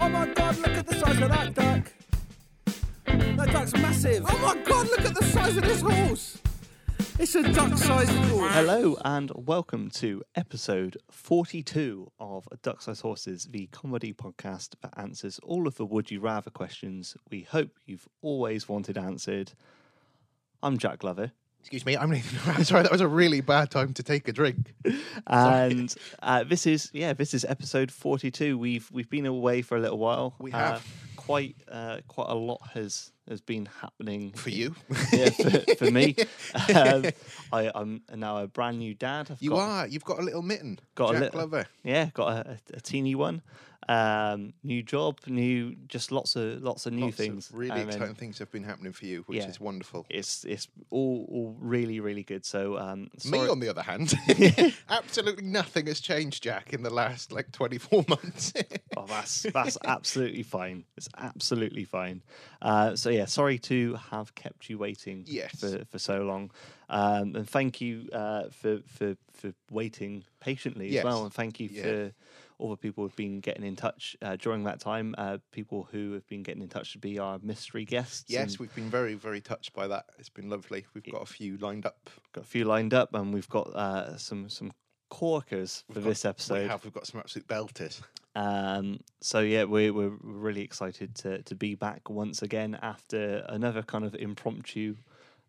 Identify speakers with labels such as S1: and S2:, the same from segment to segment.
S1: Oh massive. Oh my god, look at the size of this horse. It's a duck-sized horse.
S2: Hello and welcome to episode 42 of Duck Size Horses, the comedy podcast that answers all of the would you rather questions we hope you've always wanted answered. I'm Jack Glover,
S3: Excuse me, I'm Nathan. I'm sorry, that was a really bad time to take a drink.
S2: and uh, this is yeah, this is episode 42. We've we've been away for a little while.
S3: We
S2: Uh,
S3: have.
S2: quite uh, quite a lot has has been happening
S3: For you,
S2: yeah, for, for me. Um, I, I'm now a brand new dad. I've
S3: you
S2: got,
S3: are. You've got a little mitten.
S2: got
S3: Jack
S2: a little,
S3: Glover.
S2: Yeah, got a, a, a teeny one. Um, new job, new just lots of lots of new
S3: Lots of
S2: things. Um,
S3: really
S2: and then
S3: exciting things have been happening for you, which
S2: Yeah.
S3: is wonderful.
S2: It's it's all, all really really good. So um,
S3: Me,
S2: sorry-
S3: on the other hand, absolutely nothing has changed, Jack, in the last like 24 months.
S2: Oh, that's that's absolutely fine. It's absolutely fine. Uh, so yeah, sorry to have kept you waiting
S3: Yes.
S2: for, for so long, um, and thank you uh, for for for waiting patiently as
S3: Yes.
S2: well, and thank you
S3: Yeah.
S2: for all the people who've been getting in touch uh, during that time. Uh, people who have been getting in touch to be our mystery guests. and
S3: yes, we've been very, very touched by that. It's been lovely. We've got a few lined up.
S2: got a few lined up, and we've got uh, some some corkers for this episode.
S3: We have. We've got some absolute belters.
S2: Um, so yeah, we're we're really excited to to be back once again after another kind of impromptu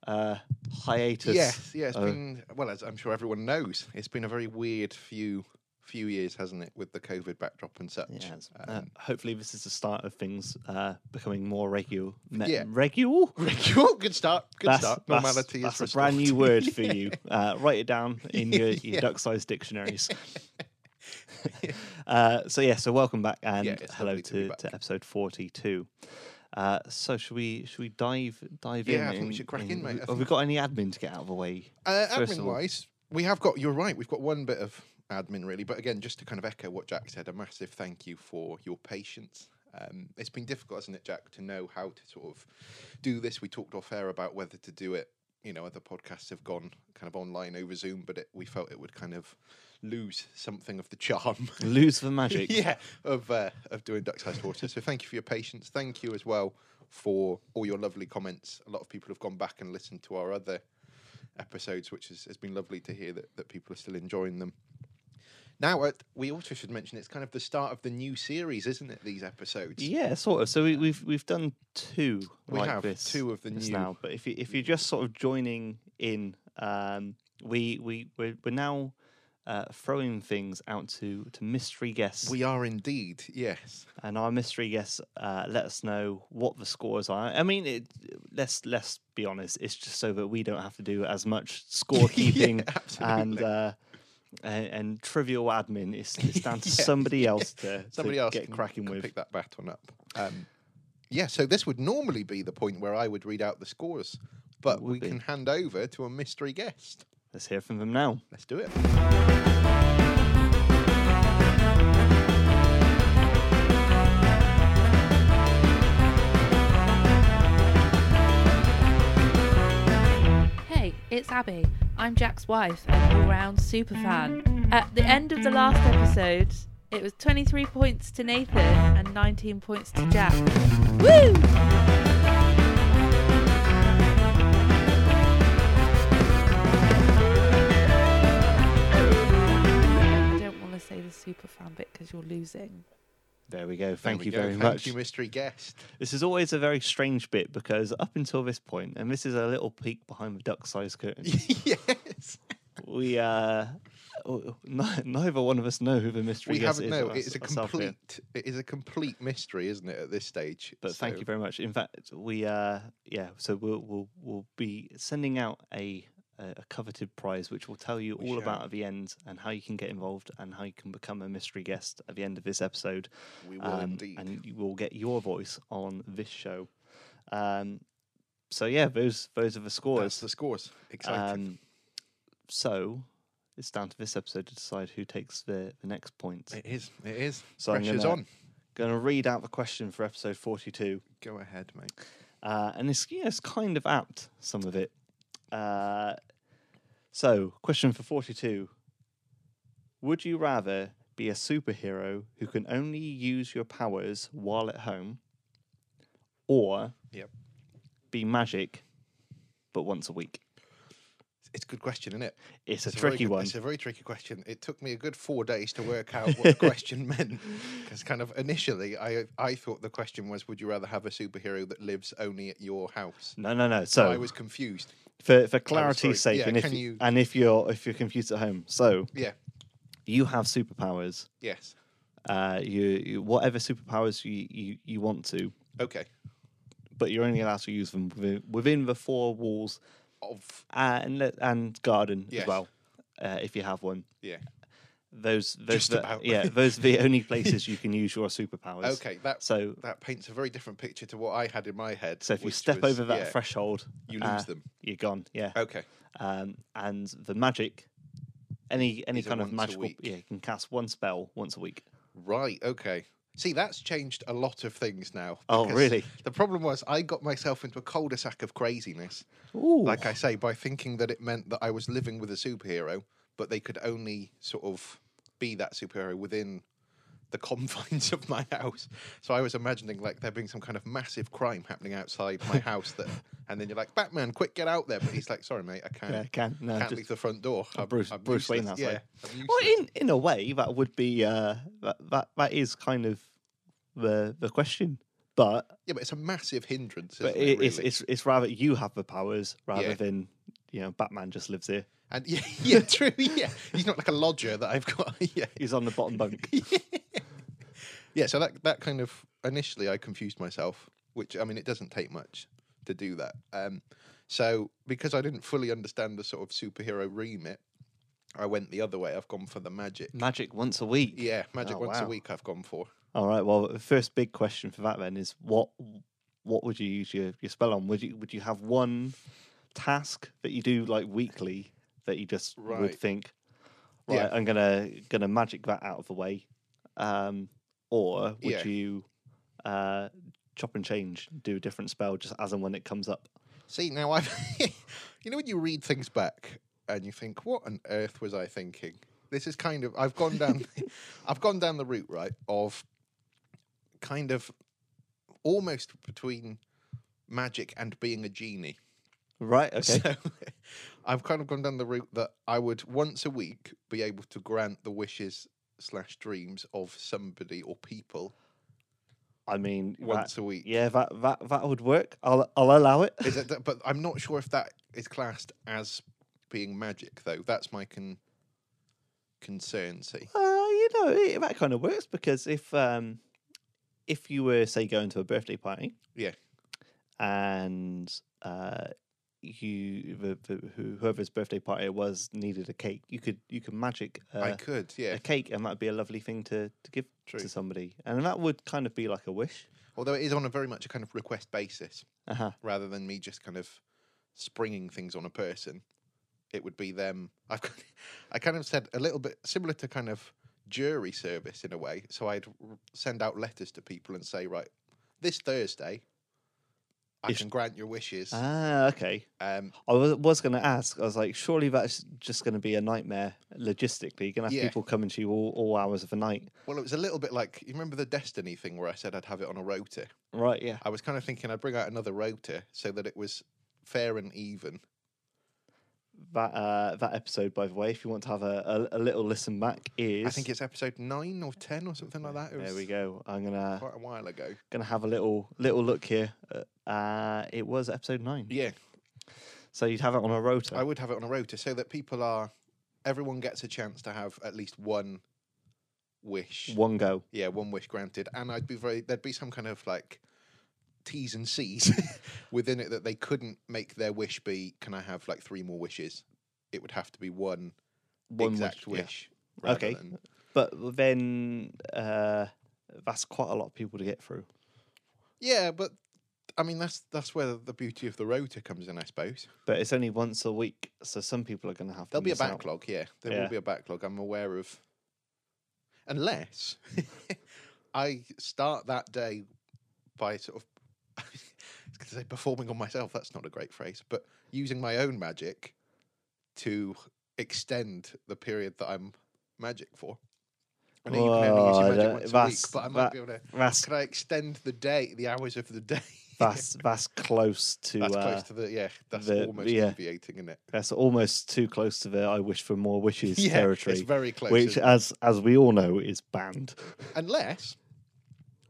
S2: uh, hiatus.
S3: Yes, yeah, it's
S2: Oh.
S3: been well, as I'm sure everyone knows, it's been a very weird few few years, hasn't it, with the COVID backdrop and such.
S2: Yeah, it's- uh,
S3: Um,
S2: hopefully this is the start of things uh, becoming more regular.
S3: Yeah.
S2: Regular.
S3: cool, good start. Good start. Normality
S2: that's,
S3: is
S2: that's a brand new
S3: restored.
S2: word for you. Uh, write it down in your, your duck-sized dictionaries. uh, so yeah, so welcome back and
S3: Yeah, it's
S2: hello
S3: lovely to be
S2: to, to,
S3: back.
S2: episode forty-two. Uh, so should we should we dive dive in?
S3: Yeah, I think we should crack in, mate. I
S2: Have we
S3: think-
S2: got any admin to get out of the way?
S3: Uh,
S2: First of
S3: admin
S2: all-
S3: wise, we have got. You're right. We've got one bit of admin really, but again, just to kind of echo what Jack said, a massive thank you for your patience. Um, it's been difficult, hasn't it, Jack, to know how to sort of do this. We talked off air about whether to do it. You know, other podcasts have gone kind of online over Zoom, but it, we felt it would kind of lose something of the charm.
S2: Lose the magic.
S3: yeah, of uh, of doing duck sized horses. So thank you for your patience. Thank you as well for all your lovely comments. A lot of people have gone back and listened to our other episodes, which is, has been lovely to hear that, that people are still enjoying them. Now, uh, we also should mention it's kind of the start of the new series, isn't it? These episodes.
S2: Yeah, sort of. So we, we've we've done two
S3: We
S2: like
S3: have
S2: this,
S3: two of the
S2: this
S3: new-
S2: now. But if you, if you're just sort of joining in, um, we we we're, we're now uh, throwing things out to to mystery guests,
S3: We are indeed, yes.
S2: and our mystery guests uh, let us know what the scores are. I mean, it, let's let's be honest. It's just so that we don't have to do as much scorekeeping and.
S3: absolutely.
S2: Uh, and, and trivial admin is, is down to
S3: Yeah,
S2: somebody else to, to
S3: Somebody else
S2: get
S3: can-
S2: cracking
S3: can
S2: with.
S3: pick that baton up. Um, yeah, so this would normally be the point where I would read out the scores, but
S2: would
S3: we
S2: be.
S3: can hand over to a mystery guest.
S2: Let's hear from them now.
S3: Let's do it.
S4: Hey, it's Abby. I'm Jack's wife and all round superfan. At the end of the last episode, it was 23 points to Nathan and 19 points to Jack. Woo! I don't want to say the superfan bit because you're losing.
S2: There we go.
S3: There
S2: Thank
S3: we
S2: you
S3: go.
S2: very
S3: Thank
S2: much.
S3: you, mystery guest.
S2: This is always a very strange bit because up until this point, and this is a little peek behind the duck size curtain,
S3: yes.
S2: we uh, w- n- neither one of us know who the mystery
S3: We
S2: guest
S3: haven't.
S2: is.
S3: No,
S2: or
S3: it is
S2: us-
S3: a
S2: ourselves here.
S3: complete. It is a complete mystery, isn't it? At this stage.
S2: But thank
S3: So-
S2: you very much. In fact, we uh, yeah, so we'll we'll we'll be sending out a a a coveted prize, which we'll tell you
S3: We
S2: all
S3: shall.
S2: about at the end, and how you can get involved, and how you can become a mystery guest at the end of this episode.
S3: We will indeed.
S2: um, and you will get your voice on this show. Um, so yeah, those those are the
S3: That's
S2: scores.
S3: the scores. Exciting.
S2: Um, so it's down to this episode to decide who takes the, the next point.
S3: it is. It is.
S2: So I'm
S3: Pressure's
S2: gonna-
S3: on.
S2: Going to read out the question for episode 42,
S3: Go ahead, mate.
S2: uh, and it's, yeah, it's kind of apt some of it. Uh, so question for 42: Would you rather be a superhero who can only use your powers while at home, or
S3: Yep.
S2: be magic, but once a week?
S3: It's a good question, isn't it?
S2: It's a
S3: It's very
S2: tricky
S3: good-
S2: one.
S3: It's a very tricky question. It took me a good four days to work out what the question meant. Because kind of initially, I I thought the question was, would you rather have a superhero that lives only at your house?
S2: No, no, no.
S3: I
S2: So
S3: was confused.
S2: for for clarity's
S3: sorry.
S2: sake,
S3: Yeah,
S2: and if
S3: can
S2: you...
S3: you-
S2: and if you're if you're confused at home, so
S3: Yeah.
S2: you have superpowers.
S3: Yes.
S2: Uh, you, you whatever superpowers you, you, you want to,
S3: Okay.
S2: but you're only allowed to use them within, within the four walls
S3: Of
S2: uh, and le- and garden as
S3: Yes.
S2: well, uh, if you have one.
S3: yeah.
S2: Those, those
S3: Just
S2: the-
S3: about.
S2: yeah, those are the only places you can use your superpowers.
S3: Okay. That
S2: So
S3: that paints a very different picture to what I had in my head.
S2: so if you
S3: which
S2: step
S3: was-
S2: over that
S3: yeah.
S2: threshold, uh,
S3: you lose them.
S2: You're gone. Yeah.
S3: Okay.
S2: Um, and the magic, any any
S3: Is a
S2: kind of
S3: once a
S2: magical,
S3: week.
S2: yeah, you can cast one spell once a week.
S3: Right. Okay. See, that's changed a lot of things now.
S2: Oh,
S3: because
S2: really?
S3: The problem was I got myself into a cul-de-sac of craziness.
S2: Ooh.
S3: like I say, by thinking that it meant that I was living with a superhero, but they could only sort of be that superhero within the confines of my house. So I was imagining like there being some kind of massive crime happening outside my house that and then you're like, Batman, quick get out there. But he's like, sorry mate, I can't
S2: Yeah, can't- no,
S3: can't
S2: just- Oh,
S3: leave the front door. I'm,
S2: Bruce- Bruce Wayne
S3: useless."
S2: outside.
S3: Yeah. I'm
S2: Well,
S3: useless.
S2: in in a way, that would be uh, that that that is kind of the the question, but
S3: yeah, but it's a massive hindrance.
S2: but
S3: isn't
S2: it,
S3: it,
S2: it's
S3: really?
S2: it's it's rather you have the powers rather
S3: Yeah.
S2: than you know Batman just lives here.
S3: and yeah, yeah, true. Yeah. He's not like a lodger that I've got. Yeah.
S2: He's on the bottom bunk.
S3: Yeah, so that that kind of initially I confused myself, which I mean it doesn't take much to do that. Um, so because I didn't fully understand the sort of superhero remit, I went the other way. I've gone for the magic.
S2: Magic once a week.
S3: Yeah, magic
S2: Oh,
S3: once
S2: wow.
S3: a week. I've gone for.
S2: All right. Well, the first big question for that then is what what would you use your, your spell on? Would you would you have one task that you do like weekly that you just would
S3: Right.
S2: think, right,
S3: Yeah.
S2: I'm gonna gonna magic that out of the way, um, or would
S3: Yeah.
S2: you uh, chop and change, do a different spell just as and when it comes up?
S3: See now I've, you know when you read things back and you think, what on earth was I thinking? This is kind of I've gone down, I've gone down the route right of, kind of, almost between magic and being a genie.
S2: Right. Okay.
S3: So I've kind of gone down the route that I would once a week be able to grant the wishes slash dreams of somebody or people
S2: I mean, that-
S3: once a week.
S2: yeah, that that that would work. I'll I'll allow it.
S3: Is it that, but I'm not sure if that is classed as being magic though. That's my con- concern. See,
S2: Uh, you know, it, that kind of works because if um, if you were say going to a birthday party,
S3: Yeah.
S2: and uh, you the, the, who- whoever's birthday party it was needed a cake, you could you could magic
S3: I
S2: uh,
S3: could, yeah.
S2: a cake, and that'd be a lovely thing to to give
S3: True.
S2: to somebody, and that would kind of be like a wish.
S3: Although it is on a very much a kind of request basis
S2: Uh huh.
S3: rather than me just kind of springing things on a person. It would be them. I've kind- I kind of said a little bit similar to kind of jury service in a way. So I'd r- send out letters to people and say, right, this Thursday, I
S2: Yes.
S3: can grant your wishes.
S2: Ah, okay.
S3: Um,
S2: I was, was going to ask. I was like, surely that's just going to be a nightmare logistically. You're going to have
S3: Yeah.
S2: people coming to you all, all hours of the night,
S3: well, it was a little bit like you remember the destiny thing where I said I'd have it on a rota.
S2: right? Yeah.
S3: I was kind of thinking I'd bring out another rota so that it was fair and even.
S2: that uh, that episode, by the way, if you want to have a, a, a little listen back, is
S3: I think it's episode nine or ten or something like that. It
S2: there
S3: was
S2: we go. I'm gonna
S3: Quite a while ago.
S2: gonna have a little little look here. Uh, it was episode nine,
S3: Yeah.
S2: so you'd have it on a rotor.
S3: I would have it on a rota so that people are, everyone gets a chance to have at least one wish.
S2: One go.
S3: Yeah, one wish granted. And I'd be very, there'd be some kind of like T's and C's within it that they couldn't make their wish be, can I have like three more wishes? It would have to be one,
S2: One
S3: exact
S2: wish, yeah.
S3: wish. rather
S2: Okay.
S3: than-
S2: But then uh, that's quite a lot of people to get through.
S3: yeah, but I mean, that's that's where the beauty of the rota comes in, I suppose.
S2: But it's only once a week, so some people are gonna have. to
S3: There'll be a
S2: miss out.
S3: backlog, yeah. There
S2: Yeah.
S3: will be a backlog. I'm aware of. Unless I start that day by sort of, I was going to say performing on myself. That's not a great phrase, but using my own magic to extend the period that I'm magic for. I know you can only use
S2: Well, I
S3: your magic
S2: don't-
S3: once a week,
S2: that's-
S3: but I might
S2: that-
S3: be able to.
S2: That's
S3: Could I extend the day, the hours of the day?
S2: that's that's close to
S3: That's
S2: uh,
S3: close to the yeah. That's
S2: the-
S3: almost
S2: yeah.
S3: deviating, isn't it?
S2: that's almost too close to the I wish for more wishes
S3: Yeah,
S2: territory,
S3: It's very close.
S2: which,
S3: isn't it?
S2: as as we all know, is banned.
S3: Unless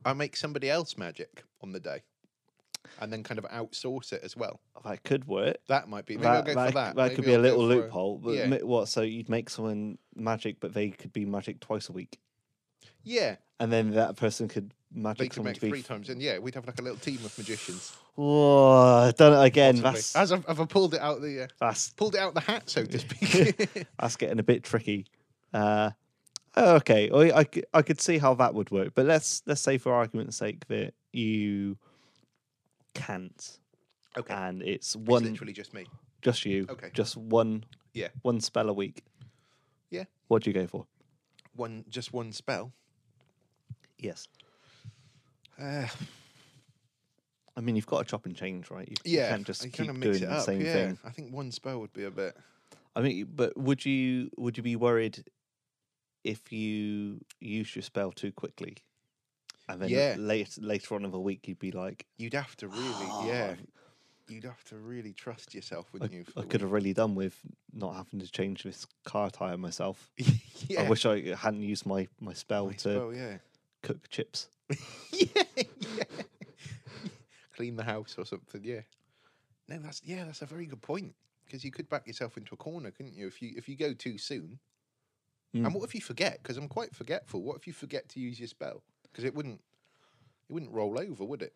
S3: I make somebody else magic on the day, and then kind of outsource it as well.
S2: That could work.
S3: That might be. Maybe I'll
S2: That,
S3: go
S2: that,
S3: for that.
S2: that could
S3: Maybe
S2: be a
S3: I'll go
S2: little
S3: for
S2: loophole. But
S3: yeah.
S2: ma- what? So you'd make someone magic, but they could be magic twice a week,
S3: Yeah,
S2: and then that person could magic
S3: they could
S2: someone
S3: make
S2: to be.
S3: three times, and yeah, we'd have like a little team of magicians.
S2: Whoa, done it again.
S3: possibly.
S2: Mm, That's
S3: As I've, I've pulled it out the uh,
S2: that's
S3: pulled it out the hat, so to speak.
S2: that's getting a bit tricky. Uh, okay, I, I c- I could see how that would work, but let's let's say for argument's sake that you can't,
S3: okay,
S2: and it's
S3: it's
S2: Uh, one
S3: literally just me.
S2: just you,
S3: Okay.
S2: just one
S3: Yeah.
S2: one spell a week.
S3: Yeah.
S2: what do you go for?
S3: One, just one spell.
S2: Yes,
S3: Uh,
S2: I mean, you've got to chop and change, right? You, you
S3: yeah,
S2: can't just
S3: you
S2: keep
S3: kinda
S2: doing
S3: mix it
S2: the
S3: up,
S2: same
S3: yeah.
S2: thing.
S3: I think one spell would be a bit.
S2: I mean, but would you would you be worried if you use your spell too quickly, and then
S3: Yeah.
S2: later later on in the week you'd be like,
S3: You'd have to really, yeah. You'd have to really trust yourself, wouldn't you? for
S2: I
S3: the
S2: could
S3: one-
S2: have really done with not having to change this car tire myself.
S3: yeah.
S2: I wish I hadn't used my my spell
S3: I
S2: to
S3: spell, Oh, yeah.
S2: cook chips.
S3: yeah, yeah. Clean the house or something. Yeah. No, that's yeah, that's a very good point because you could back yourself into a corner, couldn't you? If you if you go too soon,
S2: Mm.
S3: and what if you forget? Because I'm quite forgetful. What if you forget to use your spell? Because it wouldn't it wouldn't roll over, would it?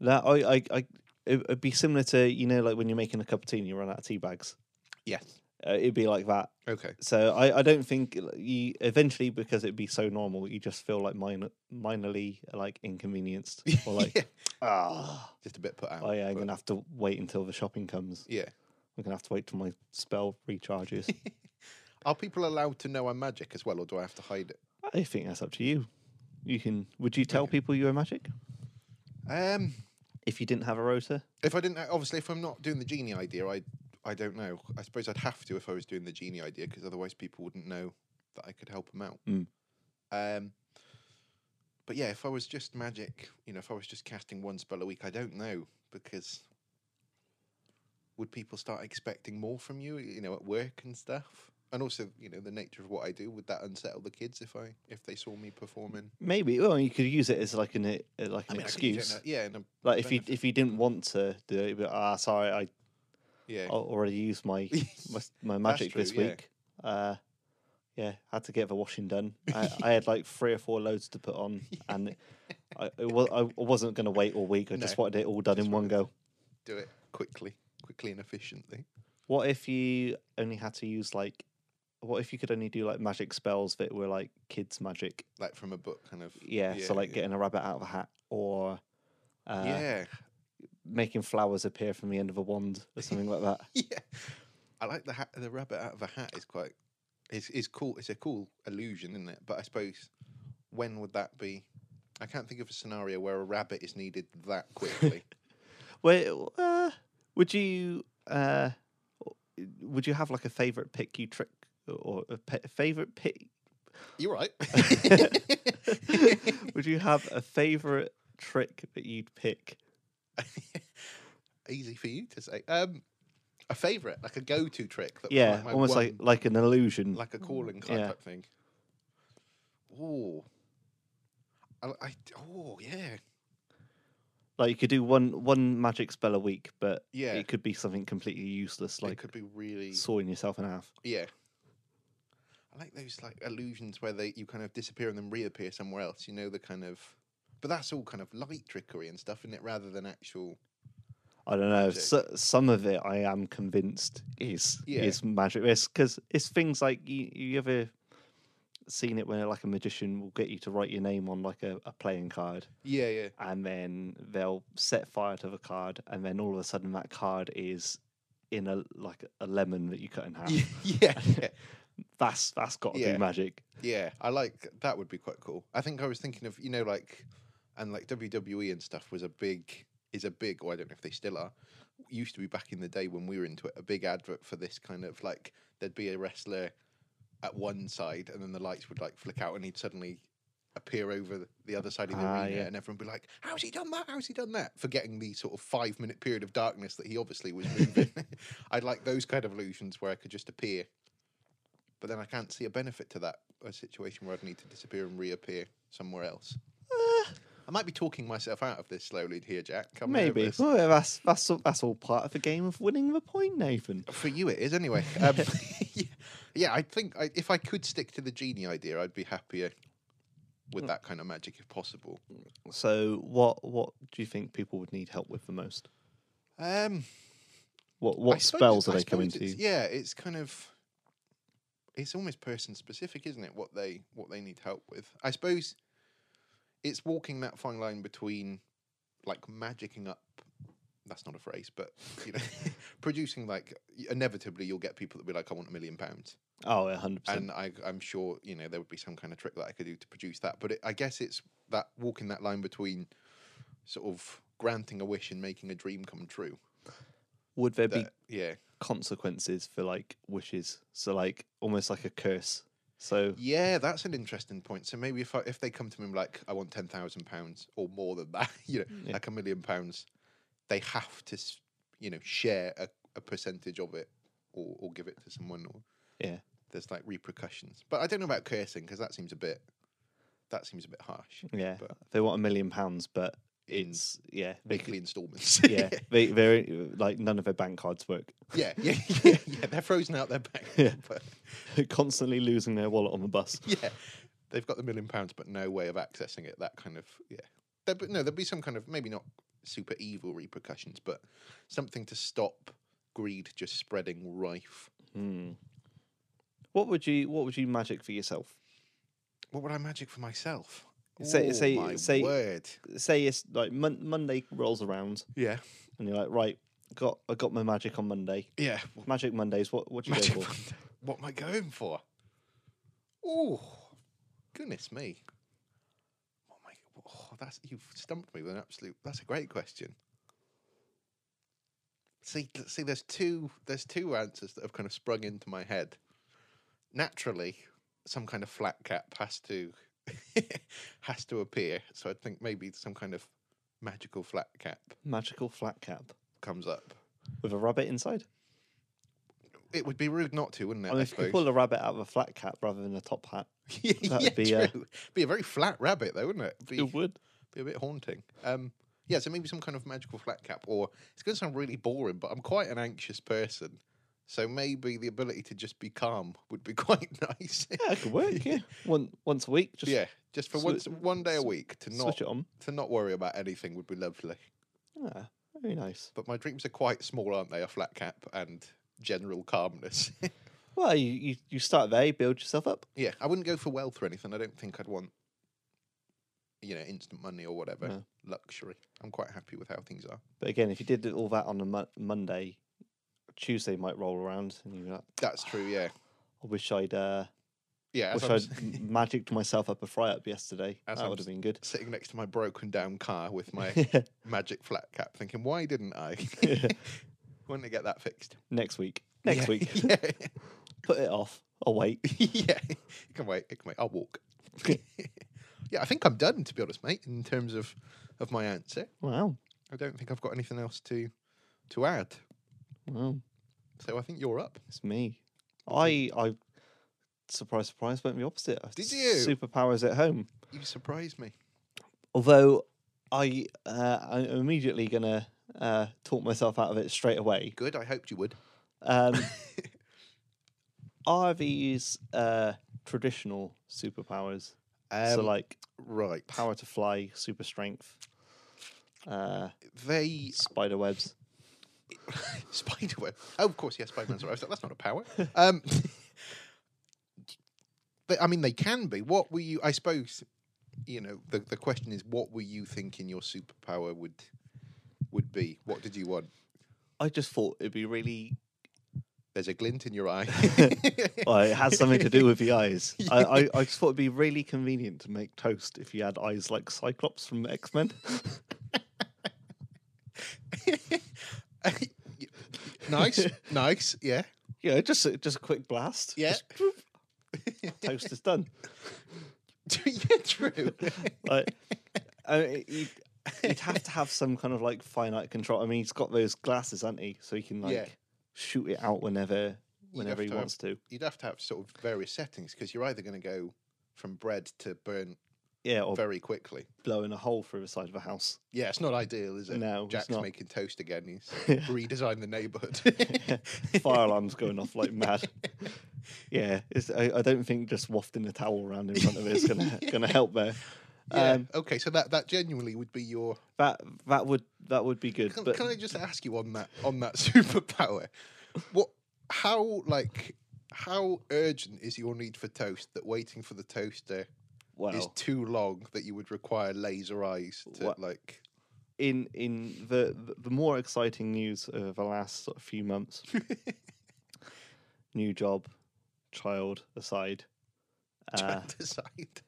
S2: That I I, I it, it'd be similar to you know like when you're making a cup of tea and you run out of tea bags.
S3: Yes.
S2: Uh, it'd be like that.
S3: Okay.
S2: So I, I don't think l- you eventually because it'd be so normal, you just feel like minor, minorly like inconvenienced or
S3: yeah.
S2: like ah,
S3: Just a bit put out.
S2: oh yeah, I'm
S3: but-
S2: gonna have to wait until the shopping comes.
S3: Yeah.
S2: I'm gonna have to wait till my spell recharges.
S3: Are people allowed to know I'm magic as well, or do I have to hide it?
S2: I think that's up to you. You can. Would you tell people you were magic
S3: Um,
S2: if you didn't have a rota?
S3: if I didn't, uh, obviously, if I'm not doing the genie idea, I I don't know. I suppose I'd have to if I was doing the genie idea because otherwise people wouldn't know that I could help them out.
S2: Mm.
S3: Um, but yeah, if I was just magic, you know, if I was just casting one spell a week, I don't know because would people start expecting more from you, you know, at work and stuff? And also, you know, the nature of what I do would that unsettle the kids if I if they saw me performing?
S2: Maybe. Well, you could use it as like an e- uh, like an
S3: I could use it in
S2: excuse.
S3: a- yeah, and
S2: like if you if you didn't want to do it, but ah, sorry, I
S3: yeah,
S2: I already used my my, my
S3: That's
S2: magic
S3: true,
S2: this
S3: yeah.
S2: week. Uh, yeah, had to get the washing done. I, I had like three or four loads to put on, and I it was, I wasn't going to wait all week. I just
S3: No,
S2: wanted it all done
S3: just
S2: in one
S3: wanted it.
S2: go.
S3: do it quickly, quickly and efficiently.
S2: What if you only had to use like? What if you could only do like magic spells that were like kids magic?
S3: like from a book kind of
S2: Yeah, so like
S3: yeah
S2: getting a rabbit out of a hat or uh,
S3: yeah
S2: making flowers appear from the end of a wand or something like that.
S3: yeah i like the hat the rabbit out of a hat is quite is is cool it's a cool illusion isn't it but i suppose when would that be i can't think of a scenario where a rabbit is needed that quickly
S2: Well, uh, would you uh, would you have like a favorite pick you trick or a pe- favorite pick?
S3: you're right
S2: would you have a favorite trick that you'd pick?
S3: easy for you to say um a favorite like a go-to trick that was
S2: Yeah,
S3: like my
S2: almost like
S3: one-
S2: like an illusion.
S3: like a calling card
S2: Yeah.
S3: type thing. Oh, I, I oh yeah,
S2: Like you could do one one magic spell a week, but
S3: Yeah.
S2: it could be something completely useless,
S3: it
S2: like
S3: could be really
S2: sawing yourself in half.
S3: yeah. I like those like illusions where they you kind of disappear and then reappear somewhere else. You know the kind of, but that's all kind of light trickery and stuff, isn't it? Rather than actual.
S2: I don't know.
S3: Magic.
S2: So, some of it, I am convinced is
S3: Yeah.
S2: is magic. It's because it's things like you, you ever seen it when like a magician will get you to write your name on like a, a playing card,
S3: Yeah, yeah,
S2: and then they'll set fire to the card, and then all of a sudden that card is in a like a lemon that you cut in half.
S3: yeah, yeah, yeah.
S2: That's that's got to
S3: Yeah.
S2: be magic.
S3: Yeah, I like that. Would be quite cool. I think I was thinking of you know like, and like WWE and stuff was a big is a big. Or I don't know if they still are. Used to be back in the day when we were into it, a big advert for this kind of like there'd be a wrestler at one side and then the lights would like flick out and he'd suddenly appear over the- the other side of the
S2: Ah,
S3: arena,
S2: yeah.
S3: and everyone be like, "How's he done that? How's he done that?" Forgetting the sort of five minute period of darkness that he obviously was moving. I'd like those kind of illusions where I could just appear, but then I can't see a benefit to that. A situation where I'd need to disappear and reappear somewhere else. I might be talking myself out of this slowly here, Jack. Come
S2: Maybe. Well, that's, that's, all- that's all part of the game of winning the point, Nathan.
S3: For you, it is anyway. Um, yeah, yeah, I think I, if I could stick to the genie idea, I'd be happier with that kind of magic if possible.
S2: So, what what do you think people would need help with the most?
S3: Um,
S2: What
S3: I
S2: what
S3: suppose-
S2: spells are
S3: I
S2: they coming
S3: suppose
S2: to?
S3: it's- Yeah, it's kind of it's almost person specific, isn't it? What they what they need help with. I suppose it's walking that fine line between like magicking up. That's not a phrase, but you know, producing like inevitably you'll get people that be like, "I want a million pounds."
S2: Oh, yeah, 100%.
S3: and I, I'm sure you know there would be some kind of trick that I could do to produce that. But it, I guess it's that walking that line between sort of granting a wish and making a dream come true.
S2: would there be
S3: That- yeah,
S2: consequences for like wishes? So, like almost like a curse. So,
S3: yeah, that's an interesting point. So maybe if I, if they come to me and be like, I want ten thousand pounds or more than that, you know,
S2: Yeah.
S3: like a million pounds, they have to, s- you know, share a, a percentage of it or, or give it to someone. Or
S2: Yeah.
S3: there's like repercussions. But I don't know about cursing because that seems a bit that seems a bit harsh.
S2: yeah,
S3: but-
S2: they want a million pounds, but
S3: In
S2: it's, yeah, they
S3: Weekly
S2: could,
S3: installments.
S2: yeah, they, they're like none of their bank cards work.
S3: Yeah, yeah, yeah, yeah. They're frozen out their back.
S2: Yeah.
S3: But
S2: Constantly losing their wallet on the bus.
S3: yeah, they've got the million pounds, but no way of accessing it. That kind of yeah. There, but no, there'd be some kind of maybe not super evil repercussions, but something to stop greed just spreading rife.
S2: Hmm. What would you What would you magic for yourself?
S3: What would I magic for myself?
S2: Say-
S3: oh,
S2: say-
S3: my
S2: say-
S3: word.
S2: Say it's like mon- Monday rolls around,
S3: Yeah,
S2: and you're like, right, got I got my magic on Monday.
S3: yeah.
S2: Magic Mondays. What What do you
S3: Magic
S2: go for?
S3: Monday. What am I going for? Oh, goodness me. What am I, oh, that's you've stumped me with an absolute. That's a great question. See, th- see, there's two. There's two answers that have kind of sprung into my head. Naturally, some kind of flat cap has to has to appear. So I think maybe some kind of magical flat cap
S2: Magical flat cap
S3: comes up.
S2: with a rabbit inside.
S3: It would be rude not to, wouldn't it?
S2: I mean,
S3: I
S2: if you could
S3: suppose.
S2: pull a rabbit out of a flat cap rather than a top hat,
S3: yeah,
S2: That would be, uh,
S3: true. be a very flat rabbit, though, wouldn't it? Be,
S2: would.
S3: be a bit haunting. Um, yeah, so maybe some kind of magical flat cap, or it's going to sound really boring, but I'm quite an anxious person, so maybe the ability to just be calm would be quite nice.
S2: Yeah, it could work. Yeah, one once a week. Just
S3: yeah, just for
S2: swi-
S3: once, one day a
S2: sw-
S3: week to
S2: switch
S3: not
S2: it on.
S3: to not worry about anything would be lovely.
S2: Ah, very nice.
S3: But my dreams are quite small, aren't they? A flat cap and general calmness.
S2: Well, you, you you start there, you build yourself up.
S3: yeah, I wouldn't go for wealth or anything. I don't think I'd want. You know, instant money or whatever
S2: No.
S3: luxury. I'm quite happy with how things are.
S2: But again, if you did all that on a Mon- Monday, Tuesday might roll around, and you're like,
S3: That's true. Yeah,
S2: I wish I'd uh,
S3: yeah. as
S2: wish
S3: I was-
S2: I'd m- magicked myself up a fry up yesterday.
S3: As
S2: that
S3: I'm
S2: would have been good.
S3: sitting next to my broken down car with my magic flat cap, thinking, why didn't I? Wouldn't I get that fixed?
S2: Next week. Next
S3: Yeah,
S2: week.
S3: yeah.
S2: Put it off. I'll wait.
S3: yeah. It can wait. It can wait. I'll walk. yeah, I think I'm done, to be honest, mate, in terms of, of my answer.
S2: Wow.
S3: I don't think I've got anything else to to add.
S2: Wow.
S3: So I think you're up.
S2: It's me. I I surprise surprise went the opposite. I had
S3: Did you?
S2: Superpowers at home.
S3: You surprised me.
S2: Although I uh, I'm immediately gonna uh, talk myself out of it straight away.
S3: Good. I hoped you would.
S2: Um, are these uh, traditional superpowers? so
S3: Um,
S2: like
S3: right.
S2: power to fly, super strength, uh,
S3: They
S2: spider webs.
S3: Spiderweb. Oh, of course, yes, Spiderman's right. I was like, That's not a power. Um, but, I mean, they can be. What were you? I suppose you know. The, the question is, what were you thinking your superpower would would be? What did you want?
S2: I just thought it'd be really.
S3: There's a glint in your eye.
S2: Well, it has something to do with the eyes. I, I, I just thought it'd be really convenient to make toast if you had eyes like Cyclops from X Men.
S3: nice, nice. Yeah,
S2: yeah, just a, just a quick blast.
S3: yeah.
S2: Just toast is done.
S3: True.
S2: Like, I mean, you'd, you'd have to have some kind of like finite control. I mean, he's got those glasses, hasn't he? So he can like
S3: Yeah.
S2: shoot it out whenever whenever
S3: have
S2: he
S3: to have-
S2: wants to.
S3: You'd have to have sort of various settings because you're either going to go from bread to burn
S2: Yeah, or
S3: very quickly.
S2: blowing a hole through the side of a house.
S3: Yeah, it's not ideal, is it?
S2: No, it's
S3: Jack's
S2: not.
S3: making toast again. He's
S2: Yeah.
S3: redesigned the neighbourhood.
S2: Fire alarms going off like mad. Yeah, it's, I, I don't think just wafting a towel around in front of it is gonna gonna help there.
S3: Yeah.
S2: Um,
S3: okay, so that, that genuinely would be your.
S2: That that would that would be good.
S3: Can,
S2: but
S3: can I just ask you on that on that superpower? What? How like? How urgent is your need for toast that waiting for the toaster is
S2: well,
S3: too long that you would require laser eyes to
S2: What-
S3: like?
S2: in in the the more exciting news of the last sort of few months, new job, child aside, uh,
S3: decide.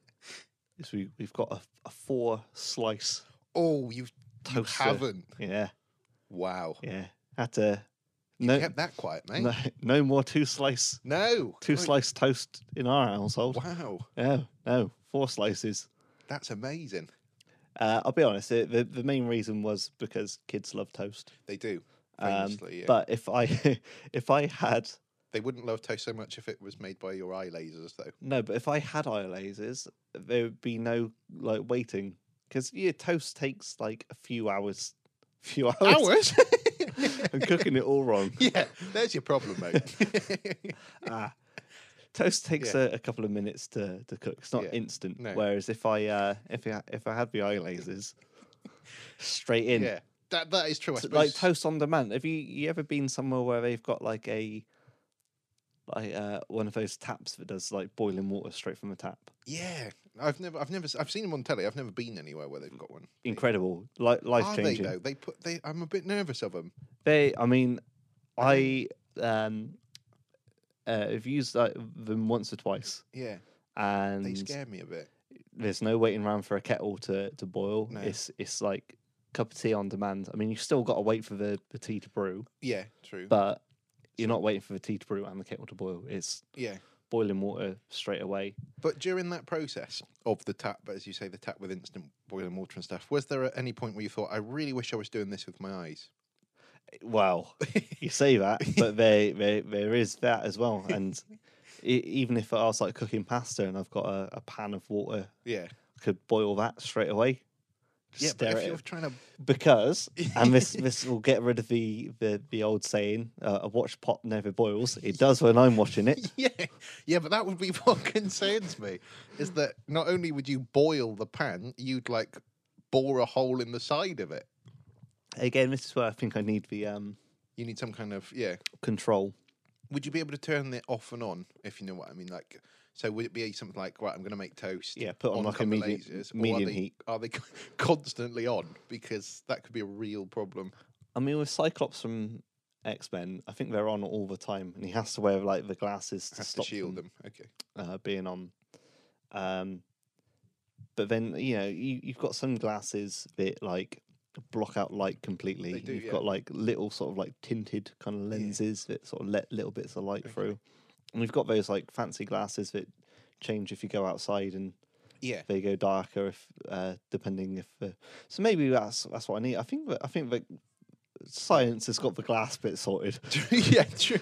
S2: is we we've got a, a four slice.
S3: Oh, you've, you
S2: Toaster.
S3: haven't.
S2: Yeah,
S3: Wow.
S2: yeah. Had to
S3: You
S2: no
S3: kept that quiet, mate.
S2: no,
S3: No.
S2: no more two slice two slice toast in our household.
S3: Wow.
S2: No, no, four slices.
S3: That's amazing.
S2: Uh, I'll be honest. The, the the main reason was because kids love toast.
S3: They do.
S2: Um,
S3: Famously, yeah.
S2: But if I if I had
S3: they wouldn't love toast so much if it was made by your eye lasers, though.
S2: no, but if I had eye lasers, there would be no like waiting because yeah, toast takes like a few hours, few hours.
S3: Ours?
S2: I'm cooking it all wrong.
S3: yeah, there's your problem, mate.
S2: Ah, toast takes
S3: Yeah.
S2: a, a couple of minutes to, to cook. It's not
S3: Yeah.
S2: instant.
S3: No.
S2: Whereas if I uh, if I, if I had the eye lasers, straight in.
S3: yeah, that that is true. I
S2: So,
S3: suppose.
S2: like toast on demand. Have you, you ever been somewhere where they've got like a like uh, one of those taps that does like boiling water straight from the tap?
S3: yeah, I've never, I've never, s- I've seen them on telly. I've never been anywhere where they've got one.
S2: Incredible, like life
S3: Are they
S2: changing.
S3: though? They put. They. I'm a bit nervous of them.
S2: They, I mean, I um uh, have used like, them once or twice,
S3: Yeah,
S2: and
S3: they scare me a bit.
S2: there's no waiting around for a kettle to to boil.
S3: No.
S2: It's it's like cup of tea on demand. I mean, you've still got to wait for the, the tea to brew,
S3: Yeah, true.
S2: but you're not waiting for the tea to brew and the kettle to boil. It's
S3: yeah,
S2: boiling water straight away.
S3: But during that process of the tap, as you say, the tap with instant boiling water and stuff, was there at any point where you thought, I really wish I was doing this with my eyes?
S2: Well, you say that, but there, there, there is that as well. And e- even if I was like cooking pasta and I've got a, a pan of water,
S3: Yeah.
S2: I could boil that straight away. Just
S3: Yeah,
S2: stare
S3: but
S2: at
S3: if you're
S2: it.
S3: trying to.
S2: because, and this this will get rid of the the, the old saying: uh, "A watch pot never boils." It does when I'm watching it.
S3: Yeah, yeah, but that would be what concerns me is that not only would you boil the pan, you'd like bore a hole in the side of it.
S2: Again, this is where I think I need the um,
S3: You need some kind of, yeah.
S2: control.
S3: Would you be able to turn it off and on, if you know what I mean? Like, so would it be something like, right, I'm going to make toast?
S2: Yeah, put on, like a
S3: come the
S2: medium,
S3: lasers, or are
S2: medium
S3: they,
S2: heat.
S3: Are they constantly on? Because that could be a real problem.
S2: I mean, with Cyclops from X Men, I think they're on all the time, and he has to wear like the glasses to
S3: has to
S2: stop
S3: shield
S2: them.
S3: them. Okay.
S2: uh, being on. Um, but then you know you, you've got some glasses that like block out light completely.
S3: do,
S2: you've
S3: yeah.
S2: got like little sort of like tinted kind of lenses that sort of let little bits of light through. And we've got those like fancy glasses that change if you go outside and
S3: Yeah.
S2: they go darker if uh, depending if uh, so maybe that's that's what I need. I think that, I think that science has got the glass bit sorted.
S3: yeah, true.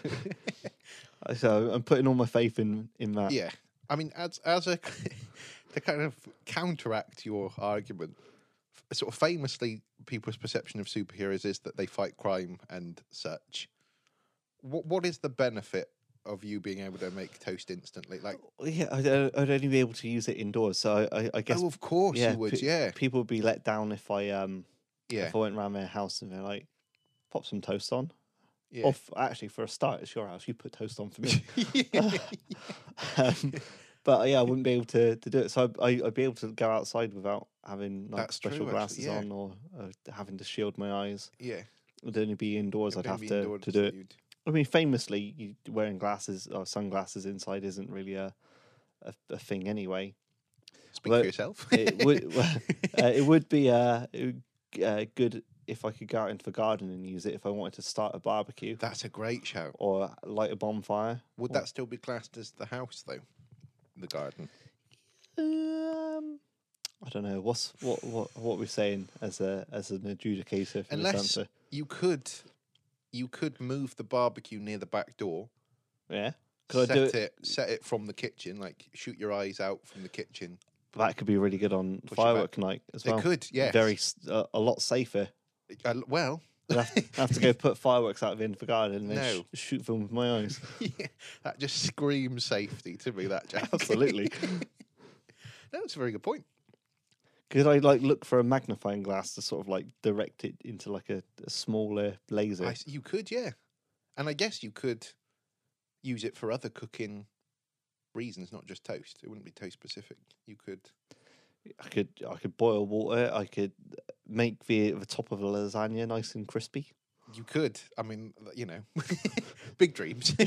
S2: so I'm putting all my faith in in that.
S3: yeah. I mean, as as a to kind of counteract your argument, f- sort of famously, people's perception of superheroes is that they fight crime and such. What what is the benefit of you being able to make toast instantly? Like,
S2: Well, Yeah, I'd, uh, I'd only be able to use it indoors, so I, I, I guess.
S3: oh, of course
S2: yeah,
S3: you would.
S2: pe-
S3: yeah,
S2: People would be let down if I um
S3: yeah,
S2: if I went round their house and they're like, pop some toast on.
S3: yeah.
S2: Or f- actually, for a start, it's your house. You put toast on for me. um, but uh, yeah, I wouldn't be able to, to do it. So I, I, I'd be able to go outside without having like
S3: That's
S2: special
S3: true, actually,
S2: glasses
S3: yeah.
S2: on or uh, having to shield my eyes.
S3: yeah.
S2: It'd only be indoors. I'd
S3: Maybe
S2: have to,
S3: indoors
S2: to do it.
S3: you'd-
S2: I mean, famously, you, wearing glasses or sunglasses inside isn't really a a, a thing anyway.
S3: Speak
S2: Although
S3: for yourself.
S2: it would uh, it would be uh, it would g- uh, good if I could go out into the garden and use it if I wanted to start a barbecue
S3: That's a great shout.
S2: or light a bonfire.
S3: Would that still be classed as the house though? The garden.
S2: Um, I don't know what's what what what we're saying as a as an adjudicator for this
S3: Unless
S2: answer.
S3: you could, you could move the barbecue near the back door.
S2: Yeah, could
S3: Set
S2: I do
S3: it?
S2: it?
S3: set it from the kitchen, like shoot your eyes out from the kitchen.
S2: That could be really good on
S3: it back.
S2: firework night as well.
S3: It could, yes.
S2: Very s- uh, a lot safer.
S3: Uh, well,
S2: I have, I have to go put fireworks out of the Inn for Garden and then
S3: No.
S2: sh- shoot them with my eyes.
S3: yeah, that just screams safety to me. That Jack.
S2: Absolutely.
S3: no, it's a very good point.
S2: Could I like look for a magnifying glass to sort of like direct it into like a, a smaller laser?
S3: I s you could, yeah, and I guess you could use it for other cooking reasons, not just toast. It wouldn't be toast specific. You could.
S2: I could I could boil water. I could uh, make the the top of a lasagna nice and crispy.
S3: You could. I mean, th- you know, big dreams.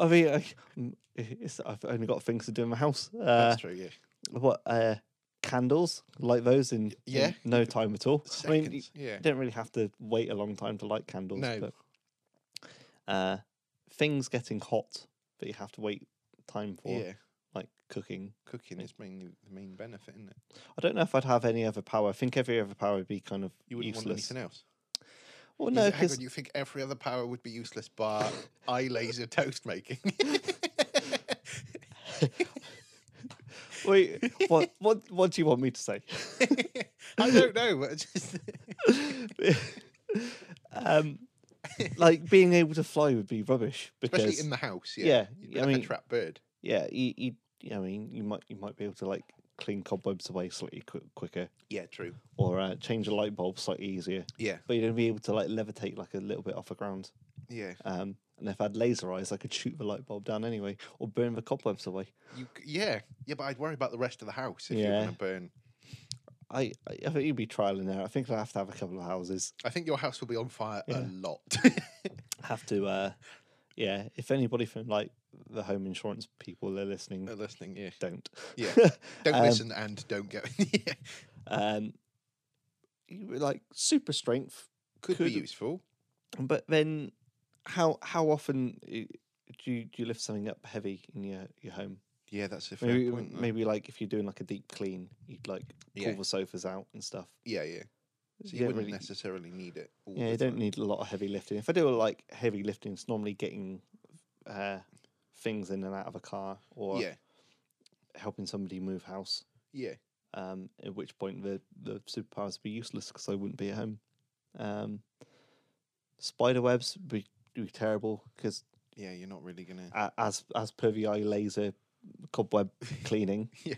S2: Uh, I mean, I, mm, it's, I've only got things to do in my house. Uh,
S3: That's true. Yeah.
S2: what uh, candles light those in, in
S3: Yeah,
S2: no time at all. I mean, y-
S3: Seconds. yeah.
S2: you don't really have to wait a long time to light candles.
S3: No.
S2: But, uh, things getting hot that you have to wait time for,
S3: Yeah.
S2: like cooking.
S3: Cooking is mainly the main benefit, isn't it?
S2: I don't know if I'd have any other power. I think every other power would be kind of
S3: You wouldn't want
S2: useless.
S3: anything else.
S2: Well,
S3: You
S2: no,
S3: said, Hang
S2: because
S3: on, you think every other power would be useless bar eye laser toast making?
S2: wait, what, what, what do you want me to say?
S3: I don't know. But it's just
S2: um, like being able to fly would be rubbish because
S3: especially in the house. Yeah.
S2: yeah,
S3: You'd
S2: I
S3: be like
S2: mean-
S3: a trap bird.
S2: yeah, you, you, I mean, you might you might be able to like clean cobwebs away slightly qu- quicker
S3: Yeah. True.
S2: or uh, change a light bulb slightly easier,
S3: Yeah.
S2: but you're gonna be able to like levitate like a little bit off the ground.
S3: Yeah.
S2: Um, and if I had laser eyes, I could shoot the light bulb down anyway, or burn the cobwebs away.
S3: You. c- Yeah. Yeah. But I'd worry about the rest of the house if you're
S2: Yeah.
S3: going to burn.
S2: I, I I think you'd be trialing there. I think I'd have to have a couple of houses.
S3: I think your house will be on fire a lot.
S2: Have to, uh, yeah. If anybody from like the home insurance people they are listening,
S3: They're listening. Yeah.
S2: don't.
S3: Yeah. Don't
S2: Um,
S3: listen and don't go. yeah.
S2: um, you were like super strength,
S3: Could,
S2: Could-
S3: be useful.
S2: but then how how often i- do you, do you lift something up heavy in your, your home?
S3: Yeah, that's a fair
S2: Maybe
S3: point. though.
S2: maybe like if you're doing like a deep clean, you'd like pull
S3: Yeah.
S2: the sofas out and stuff.
S3: Yeah, yeah. So you
S2: don't
S3: wouldn't
S2: really-
S3: necessarily need it. All
S2: Yeah,
S3: the
S2: you don't
S3: time.
S2: need a lot of heavy lifting. If I do like heavy lifting, it's normally getting uh, things in and out of a car or
S3: Yeah,
S2: helping somebody move house.
S3: yeah.
S2: um, at which point the, the superpowers would be useless because I wouldn't be at home. Um, spider webs would be, would be terrible because,
S3: Yeah, you're not really
S2: Ah.
S3: gonna.
S2: as as per the eye laser cobweb cleaning,
S3: Yeah.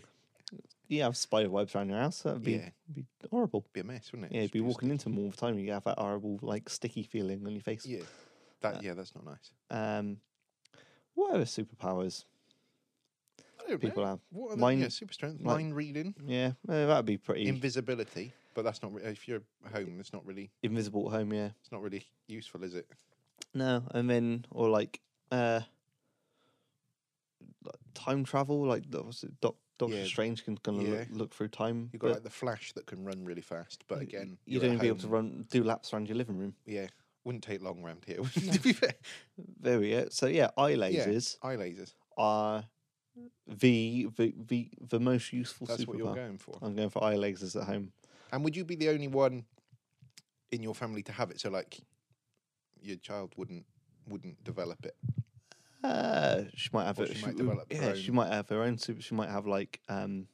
S2: you have spider webs around your house. That would be,
S3: Yeah.
S2: be horrible.
S3: be a mess, wouldn't it?
S2: Yeah, you'd
S3: Just
S2: be
S3: a-
S2: walking into them all the time. You have that horrible, like, sticky feeling on your face.
S3: Yeah,
S2: Uh,
S3: that. Yeah, that's not nice.
S2: Um, what other superpowers
S3: I don't
S2: people
S3: know.
S2: have?
S3: What are the,
S2: mine-
S3: yeah, super strength,
S2: like-
S3: mind reading,
S2: Yeah, eh, that'd be pretty
S3: invisibility. But that's not. Re- if you're at home, it's not really.
S2: invisible at home. Yeah,
S3: It's not really useful, is it?
S2: No, and then or like uh like time travel, like that was it, Doc, Doctor
S3: Yeah.
S2: Strange can kind of look,
S3: Yeah.
S2: look through time.
S3: You've got
S2: but
S3: like the flash that can run really fast, but
S2: y-
S3: again,
S2: you
S3: you're
S2: don't
S3: at
S2: be able to
S3: home,
S2: run do laps around your living room.
S3: Yeah, wouldn't take long round here. to be fair,
S2: There we go. So yeah, eye
S3: Yeah.
S2: lasers
S3: eye lasers.
S2: are the the the, the most useful
S3: That's what you're
S2: superpower. Uh.
S3: going for.
S2: I'm going for eye lasers at home.
S3: And would you be the only one in your family to have it? So like, your child wouldn't wouldn't develop it.
S2: Uh, she might have.
S3: Or
S2: it.
S3: she might develop
S2: yeah,
S3: her
S2: she
S3: own-
S2: might have her own super. She might have like um,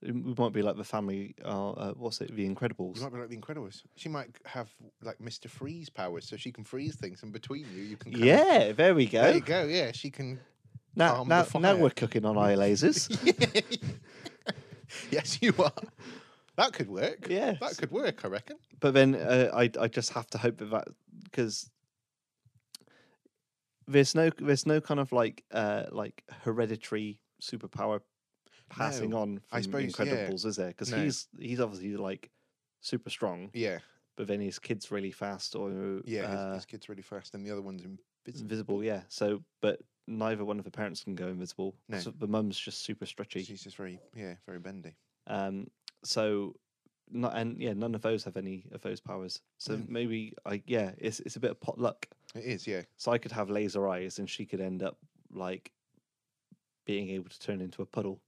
S2: it might be like the family. Uh, uh what's it? The Incredibles.
S3: You might be like the Incredibles. She might have like Mr. Freeze powers, so she can freeze things, and between you, you can. kind of-
S2: Yeah, there we go.
S3: there you go. Yeah, she can.
S2: Now,
S3: calm the
S2: now, now
S3: fire.
S2: we're cooking on eye lasers.
S3: yes, you are. That could work.
S2: Yes.
S3: that could work. I reckon.
S2: but then uh, I, I just have to hope that that because there's no, there's no kind of like, uh, like hereditary superpower passing
S3: No,
S2: on. From
S3: I suppose, yeah.
S2: Incredibles is there because
S3: No.
S2: he's he's obviously like super strong,
S3: Yeah,
S2: but then his kid's really fast or
S3: yeah. his-
S2: uh,
S3: his, kid's really fast, and the other one's invisible.
S2: invisible. Yeah, so but neither one of the parents can go invisible.
S3: No.
S2: So the mum's just super stretchy.
S3: She's just very, yeah, very bendy.
S2: Um, so, not and yeah, none of those have any of those powers. So
S3: No.
S2: maybe I yeah, it's it's a bit of potluck.
S3: It is, yeah,
S2: So I could have laser eyes, and she could end up like being able to turn into a puddle.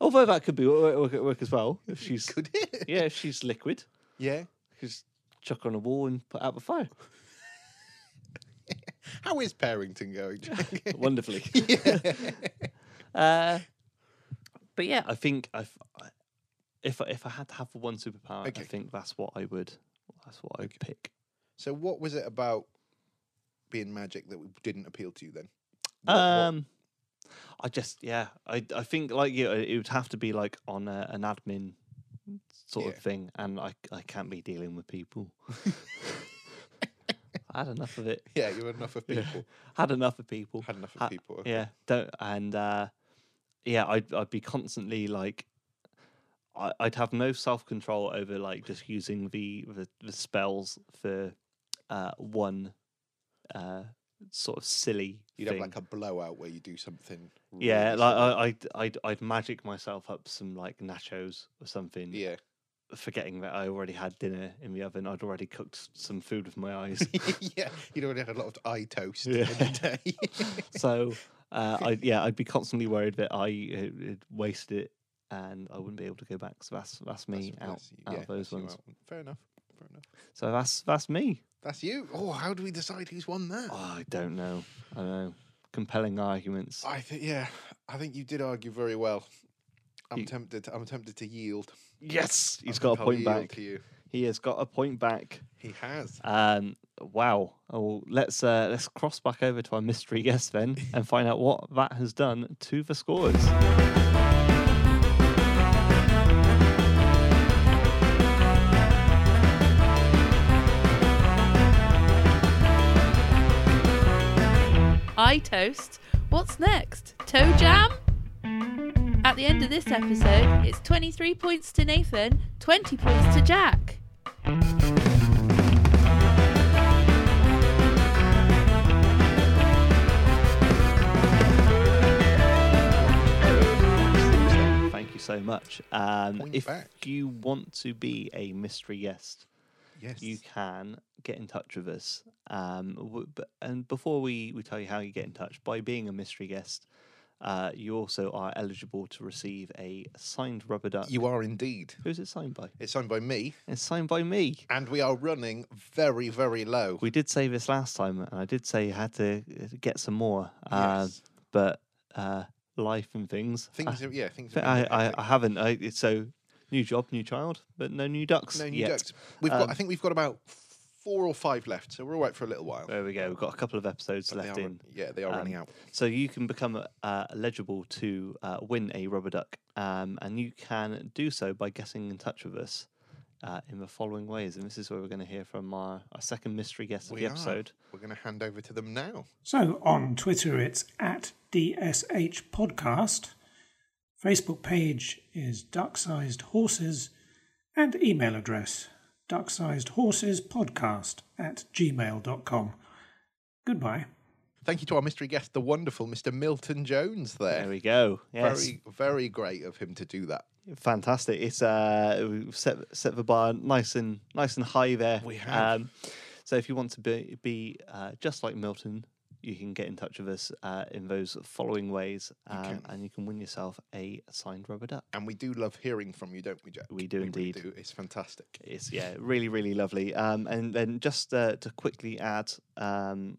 S2: Although that could be wo- work, work as well. If she's
S3: Could it?
S2: yeah, if she's liquid,
S3: Yeah.
S2: just chuck on a wall and put out the fire
S3: How is Parrington going? Jack?
S2: wonderfully. uh, but yeah, I think I've, I- if I, if I had to have one superpower, I
S3: Okay.
S2: think that's what I would. That's what I'd pick.
S3: so, what was it about being magic that didn't appeal to you then? What- what-
S2: Um, I just yeah, I I think like you, it would have to be like on a, an admin sort
S3: Yeah.
S2: of thing, and I I can't be dealing with people. I had enough of it.
S3: yeah, you had enough of
S2: Yeah.
S3: people.
S2: Had enough of people.
S3: Had enough of
S2: Ha-
S3: people.
S2: Yeah, don't and uh, yeah, I'd I'd be constantly like, I, I'd have no self control over like just using the the, the spells for uh, one uh, sort of silly.
S3: You'd
S2: thing.
S3: have like a blowout where you do something.
S2: yeah,
S3: really
S2: like
S3: silly.
S2: I, I'd I'd I'd magic myself up some like nachos or something,
S3: yeah.
S2: forgetting that I already had dinner in the oven. I'd already cooked s- some food with my eyes.
S3: yeah, you'd already had a lot of eye toast
S2: Yeah.
S3: every day.
S2: so uh, I yeah, I'd be constantly worried that I uh, had wasted it and I wouldn't be able to go back. So that's that's me
S3: That's-
S2: out,
S3: that's you-
S2: out
S3: yeah,
S2: of those
S3: that's you
S2: ones.
S3: out. Fair enough. Fair enough.
S2: So that's that's me.
S3: That's you. Oh, how do we decide who's won that?
S2: Oh, I don't know. I don't know. Compelling arguments.
S3: I think yeah, I think you did argue very well. I'm
S2: You-
S3: tempted. I'm tempted to yield.
S2: yes, he's
S3: I
S2: got
S3: think
S2: a
S3: I'll
S2: point
S3: yield
S2: back.
S3: To you.
S2: He has got a point back.
S3: He has.
S2: Um, wow. Oh, let's uh, let's cross back over to our mystery guest then and find out what that has done to the scores.
S4: I toast. What's next? Toe jam? At the end of this episode, it's 23 points to Nathan, 20 points to Jack.
S2: Thank you so much. Um,
S3: Point
S2: if
S3: back.
S2: you want to be a mystery guest,
S3: Yes.
S2: you can get in touch with us. Um, w- b- and before we, we tell you how you get in touch, by being a mystery guest, uh, you also are eligible to receive a signed rubber duck.
S3: You are indeed.
S2: Who's it signed by?
S3: It's signed by me,
S2: It's signed by me.
S3: and we are running very, very low.
S2: We did say this last time, and I did say you had to uh, get some more. Uh,
S3: Yes.
S2: But uh, life and things.
S3: Things. have- yeah. Things.
S2: I,
S3: have
S2: uh,
S3: been
S2: I, I,
S3: hectic.
S2: I haven't. I, it's so new job, new child, but no new ducks.
S3: no new
S2: yet.
S3: ducks. We've got.
S2: Um,
S3: I think we've got about four or five left, so we're all right for a little while.
S2: There we go. We've got a couple of episodes
S3: But they
S2: left
S3: are
S2: in.
S3: run- yeah, they are running
S2: Um,
S3: out.
S2: So you can become uh, eligible to uh, win a rubber duck, um, and you can do so by getting in touch with us uh, in the following ways. And this is where we're going to hear from our, our second mystery guest of
S3: We
S2: the
S3: are.
S2: episode.
S3: We're going to hand over to them now.
S5: So on Twitter, it's at DSH Podcast. Facebook page is Duck Sized Horses. And email address Duck Sized Horses Podcast at gmail.com. Goodbye.
S3: Thank you to our mystery guest, the wonderful Mr. Milton Jones. There.
S2: There we go. Yes,
S3: Eh. Very, very great of him to do that.
S2: fantastic. It's uh, we've set set the bar nice and nice and high there.
S3: We have.
S2: Um, so if you want to be be uh, just like Milton. You can get in touch with us uh, in those following ways, um,
S3: can.
S2: and you can win yourself a signed rubber duck.
S3: And we do love hearing from you, don't we, Jack?
S2: We do
S3: really
S2: indeed.
S3: do. It's fantastic.
S2: It's yeah, really, really lovely. Um, and then just uh, to quickly add, um,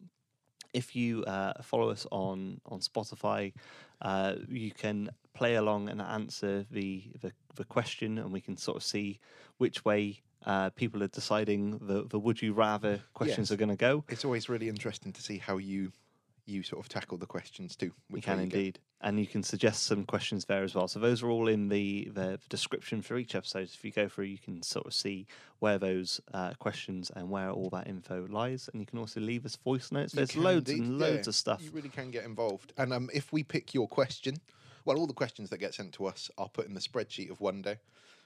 S2: if you uh, follow us on on Spotify, uh, you can play along and answer the, the the question, and we can sort of see which way uh, people are deciding the, the would you rather questions
S3: Yes.
S2: are going to go.
S3: It's always really interesting to see how you you sort of tackle the questions too.
S2: We
S3: which
S2: can
S3: way you go.
S2: indeed. And you can suggest some questions there as well. So those are all in the, the description for each episode. If you go through, you can sort of see where those uh, questions and where all that info lies. And you can also leave us voice notes.
S3: You
S2: There's
S3: can
S2: loads
S3: indeed,
S2: and loads
S3: yeah.
S2: of stuff.
S3: You really can get involved. And um, if we pick your question, well, all the questions that get sent to us are put in the spreadsheet of one day,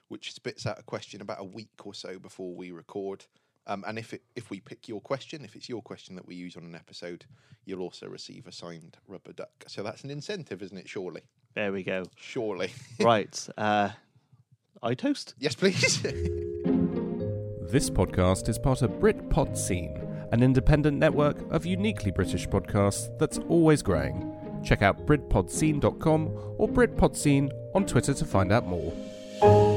S3: which spits out a question about a week or so before we record. Um, and if it, if we pick your question, if it's your question that we use on an episode, you'll also receive a signed rubber duck. So that's an incentive, isn't it? Surely,
S2: There we go.
S3: surely.
S2: right. Uh, I toast.
S3: yes, please.
S6: This podcast is part of Britpod Scene, an independent network of uniquely British podcasts that's always growing. Check out BritpodScene.com or BritpodScene on Twitter to find out more.